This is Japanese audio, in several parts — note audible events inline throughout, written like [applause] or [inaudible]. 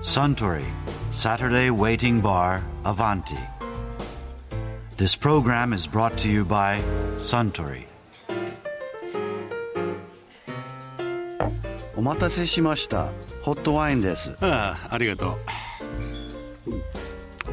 Suntory Saturday Waiting Bar Avanti. This program is brought to you by Suntory. お待たせしました。ホットワインです。ああありがとう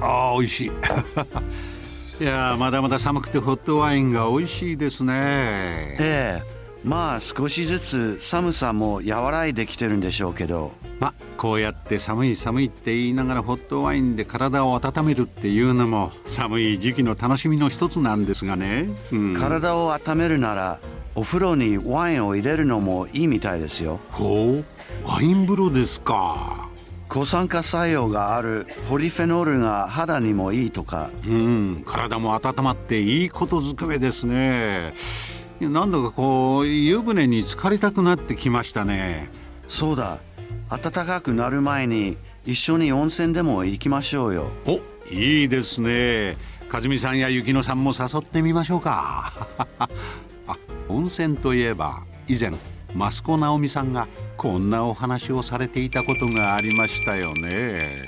ああ美味しい [laughs] いやあまだまだ寒くてホットワインが美味しいですねええまあ少しずつ寒さも和らいできてるんでしょうけどまこうやって寒い寒いって言いながらホットワインで体を温めるっていうのも寒い時期の楽しみの一つなんですがね、うん、体を温めるならお風呂にワインを入れるのもいいみたいですよほうワイン風呂ですか抗酸化作用があるポリフェノールが肌にもいいとかうん体も温まっていいことずくめですねなんだかこう湯船に浸かりたくなってきましたねそうだ暖かくなる前に一緒に温泉でも行きましょうよおいいですね和美さんや雪乃さんも誘ってみましょうか [laughs] あ温泉といえば以前益子直美さんがこんなお話をされていたことがありましたよね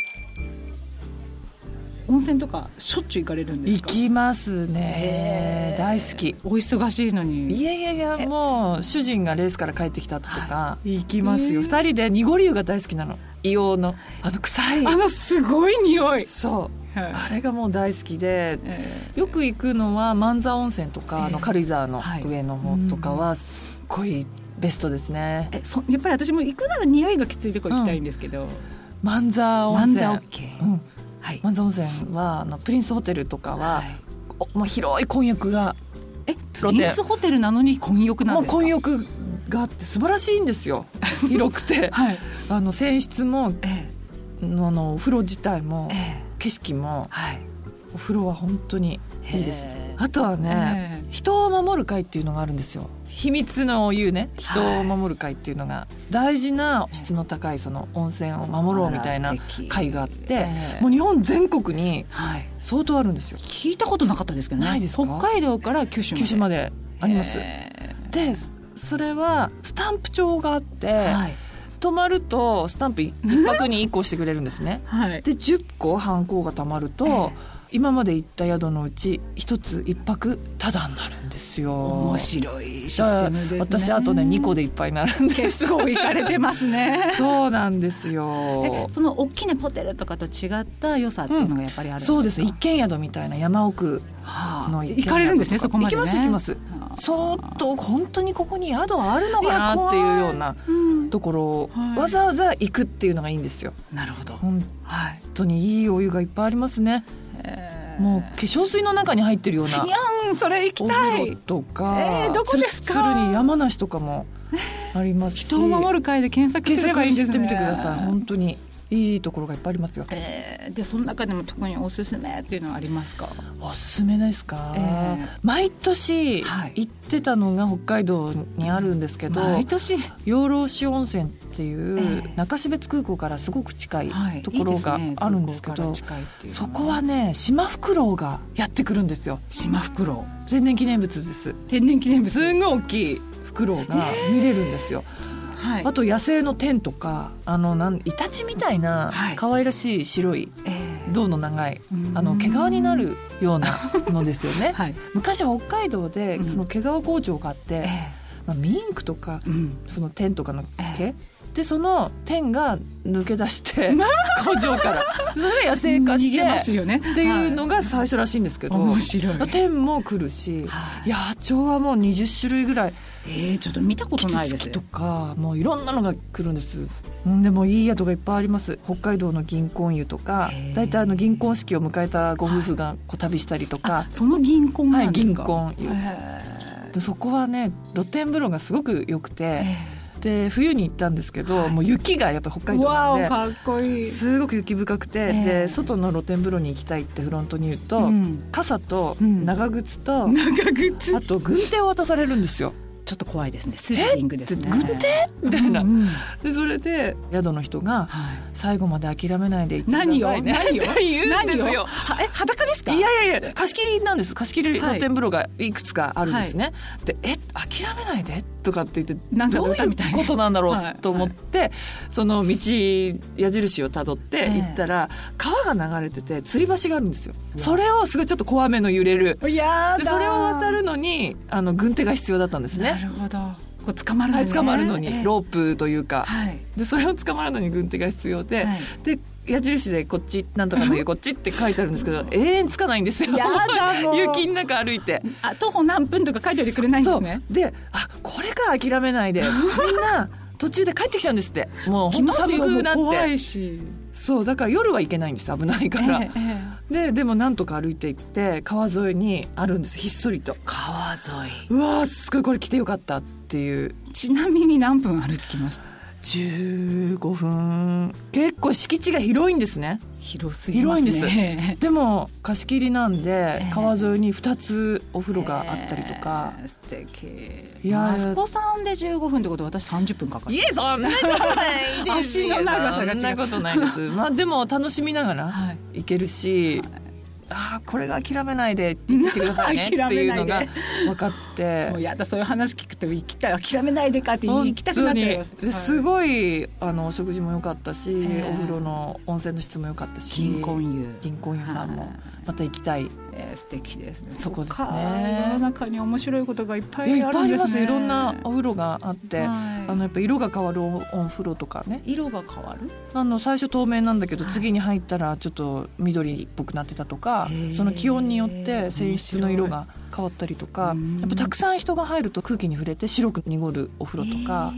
温泉とかしょっちゅう行かれるんで行すかきますね大好きお忙しいのにいやいやいやもう主人がレースから帰ってきた後とか行きますよへえ二人で濁り湯が大好きなの硫黄のあの臭いあのすごい匂い、そうはいあれがもう大好きでえよく行くのは万座温泉とええかあの軽井沢のはい上の方とかはすっごいベストですねーえそやっぱり私も行くなら匂いがきついとこ行きたいんですけど、万座温万泉座 OK、うんはい、万座温泉はあのプリンスホテルとかは、はいおもう広い混浴がえプロテリンスホテルなのに混浴なもんうですか混浴があって素晴らしいんで [laughs] すよ広くてはいあの泉質もええあのお風呂自体もええ景色もはいお風呂は本当にいいですへえあとはねええ人を守る会っていうのがあるんですよ秘密のお湯ね人を守る会っていうのが大事な質の高いその温泉を守ろうみたいあなら素敵会があってええもう日本全国にはい相当あるんですよ聞いたことなかったですけどねないですか北海道から九州まで九州までありますへでそれはスタンプ帳があって、ーはい泊まるとスタンプ1泊に1個してくれるんですねはいで10個ハンコがたまると、ええ今まで行った宿のうち1つ1泊タダになるんですよ面白いシステムですねだから私あとね2個でいっ [laughs] ぱいになるんで結構行かれてますねそうなんですえよその大きなホテルとかと違った良さっていうのがやっぱりあるんですか、そうです一軒宿みたいな山奥はあの一軒宿と行かれるんですねそこまで、ね、行きます行きますはあそーっと本当にここに宿あるのかなっていうようなうんところをはいわざわざ行くっていうのがいいんですよなるほど、本はい当にいいお湯がいっぱいありますねもう化粧水の中に入ってるようないやんそれ行きおた風呂いとか、えーどこですかつるつるに山梨とかもありますし人を守る会で検索検すれば索いいんでしすてねみてください本当にいいところがいっぱいありますよえー、でその中でも特におすすめっていうのはありますかおすすめですか、ええ毎年はい行ってたのが北海道にあるんですけど、毎年養老市温泉っていうええ中標津空港からすごく近いはいところがいいねあるんですけど、空港から近いっていうのそこはね島フクロウがやってくるんですよ島フクロ天然記念物ですウ天然記念物すんごい大きいフクロウが見れるんですよ、はいあと野生のテンとかあのなんイタチみたいなはい可愛らしい白いえー胴の長いうんあの毛皮になるよう [laughs] なのですよね、はい昔北海道でうんその毛皮工場があって、えまあ、ミンクとかーうんそのテンとかの毛、えでそのテンが抜け出して工場からそれが野生化し逃げますてよねっていうのが最初らしいんですけど、面白いテンも来るしはい野鳥はもう20種類ぐらいえー、ちょっと見たこキとツないツですキとかもういろんなのが来るんですうんでもいい宿がいっぱいあります北海道の銀婚湯とかへー大体あの銀婚式を迎えたご夫婦がこう旅したりとか、その銀行は、ないんです銀か、婚湯でそこはね露天風呂がすごく良くえて、ーで冬に行ったんですけど、はいもう雪がやっぱり北海道わなおんかっこいでい。すごく雪深くて、ええで外の露天風呂に行きたいってフロントに言うと、うん傘とうん長靴と、長靴あと軍手を渡されるんですよ。ちょっと怖いですね。スリリングですね。え軍手みたいなうんうんでそれで宿の人がはい「最後まで諦めないでいってくださいね何を何 [laughs] を言うんです何よをはえ裸ですかいやいやいや貸し切りなんです貸し切り露天風呂がいくつかあるんですね、でえ諦めないでとかって言ってなんかどのう歌いうみたいなことなんだろはいうと思って、その道矢印をたどって行ったら、川が流れてて吊り橋があるんですよそれをすごいちょっと怖めの揺れるいやでだそれを渡るのにあの軍手が必要だったんですなねるほどこう捕まるのはにいね捕まるのに、ええロープというか、はいでそれを捕まるのに軍手が必要で、はいで矢印でこっちなんとかの家こっちって書いてあるんですけ [laughs] ど永遠つかないんですよやだもう雪の中歩いて。あ徒歩何分とか書いておいてくれないんでそすうねであこれか諦めない [laughs] でみんな途中で帰ってきちゃうんですってもう本当寒くな気っ持ちがもう怖ていしそうだから夜は行けないんです危ないから、えええででもなんとか歩いて行って川沿いにあるんですひっそりと川沿いうわーすごいこれ来てよかったっていうちなみに何分歩きました15分結構敷地が広いんですね広すぎますね広いんでも貸し切りなんで、ええ川沿いに2つお風呂があったりとか、素敵いやー息子さんで15分ってことは私30分かかるえそんなことないです足の長さが違うそんなことないです [laughs] まあでも楽しみながらはい行けるし、ああこれが諦めないでって言ってくださいねっ [laughs] て諦めいうないでのが分かってもうやだそういう話聞くと行きたい諦めないでかって行きたくなっちゃいます本当にですはいごいあのお食事も良かったし、ええお風呂の温泉の質も良かったし銀婚湯銀行員さんはいもまた行きたいえー素敵ですねそこですねっか世の中に面白いことがいっぱいやいいっあぱいるあんりでますすねいろんなお風呂があって、はいあのやっぱ色が変わるおお風呂とかね色が変わるあの最初透明なんだけどはい次に入ったらちょっと緑っぽくなってたとかへーその気温によって泉質の色が変わったりとか面白いやっぱたくさん人が入ると空気に触れて白く濁るお風呂とかえ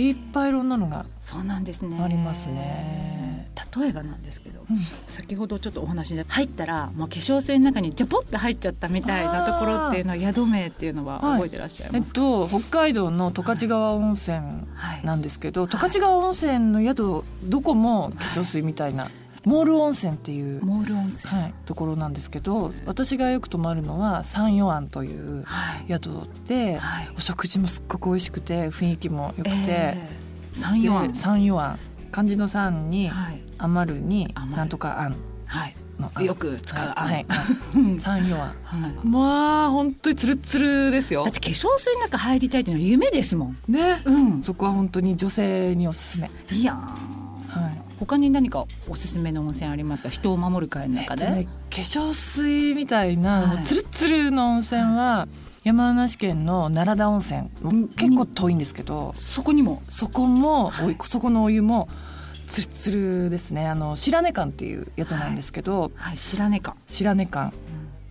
ーいっぱいいろんなのがそうなんですねありますね例えばなんですけど、うん先ほどちょっとお話で入ったらもう化粧水の中にジャポって入っちゃったみたいなところっていうのは宿名っていうのは覚えてらっしゃいえっますか、と北海道の十勝川温泉はいなんですけどい十勝川温泉の宿どこも化粧水みたいなモール温泉っていう、モール温泉はい、ところなんですけど私がよく泊まるのは三四庵というはい宿ではいお食事もすっごく美味しくて雰囲気も良くて、えー、三四で三四庵漢字の三にはい余るに余るなんとか庵はいの庵よく使うはい、はい [laughs] うん三四庵はいまあ本当にツルッツルですよだって化粧水の中入りたいっていうのは夢ですもん。ねうん。そこは本当に女性におすすめいやー。はい他に何かおすすめの温泉ありますか。人を守る会の中で。ね化粧水みたいな、はいもうツルッツルの温泉は山梨県の奈良田温泉もう結構遠いんですけどそこにも。そこも、はいおいそこのお湯もツルッツルですねあの白根館っていう宿なんですけど、はい、知らねえか。白根館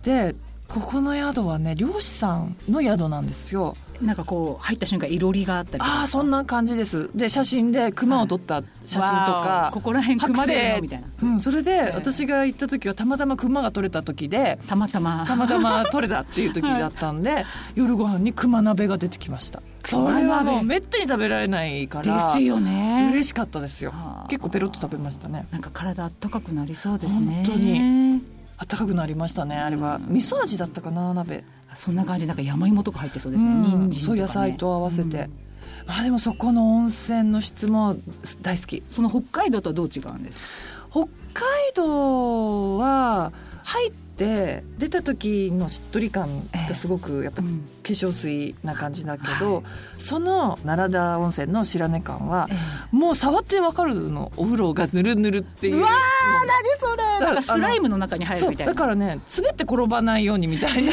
でここの宿はね漁師さんの宿なんですよなんかこう入った瞬間いろりがあったりとか。ああそんな感じですで写真で熊を撮った写真とわーかお、ここら辺熊だよみたいな。うん、それでえ私が行った時はたまたま熊が撮れた時でたまたま。たまたま撮れたっていう時だったんで、夜ご飯に熊鍋が出てきましたそれはもうめったに食べられないからですよね。嬉しかったですよあー結構ペロッと食べましたねなんか体あったかくなりそうですね。本当に。あったかくなりましたねあれは味噌味だったかな鍋そんな感じなんか山芋とか入ってそうですね。うん人参とか、そうね。野菜と合わせてうんまあでもそこの温泉の質も大好きその北海道とはどう違うんですか。北海道は入って出た時のしっとり感がすごくやっぱ化ん。粧水な感じだけど、その奈良田温泉の白根館はもう触ってわかるのお風呂がぬるぬるっていううわのが何それなんかスライムの中に入るそうみたいなだからね滑って転ばないようにみたいな、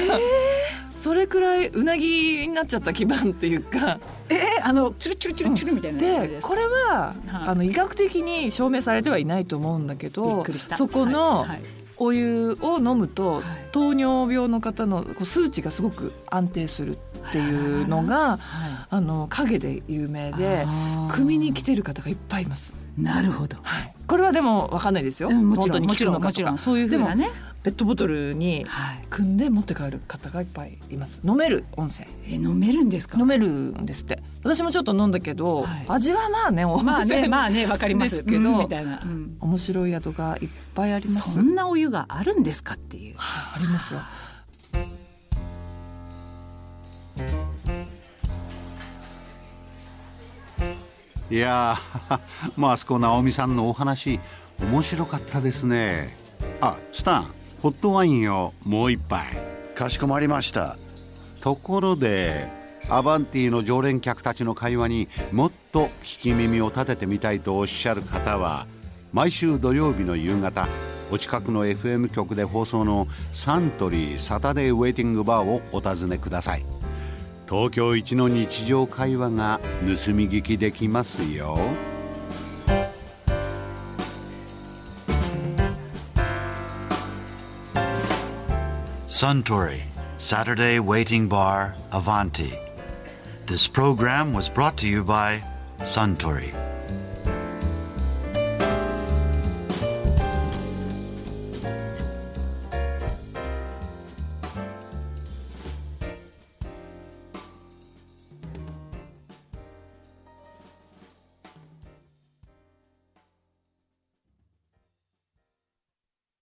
それくらいうなぎになっちゃった基盤っていうかえーあのチュルチュルチュルチュルみたいなやつでこれは、はいあの医学的に証明されてはいないと思うんだけびっどくりしたそこの、はいはいお湯を飲むと、はい糖尿病の方のこう数値がすごく安定するっていうのがはあの影で有名いであー組に来てる方がいっぱいいます、なるほどはい、これはでもわかんないですよ、うんもち本ろ当んにも効くちろのんかもとちろかんそういうふうなねペットボトルにはい組んで持って帰る方がいっぱいいます飲める温泉え飲めるんですか飲めるんですって私もちょっと飲んだけど、はい味はまあね温泉、まあねまあねわかりまですすけけどどみたいなうん面白い宿がいっぱいありますそんなお湯があるんですかっていうありますよいやー [laughs] マスコ直美さんのお話面白かったですねあスタンホットワインをもう一杯かしこまりましたところでアバンティの常連客たちの会話にもっと聞き耳を立ててみたいとおっしゃる方は毎週土曜日の夕方お近くの FM 局で放送のサントリーサタデーウェイティングバーをお尋ねください東京一の日常会話が盗み聞きできますよ suntory saturday waiting bar avanti this program was brought to you by suntory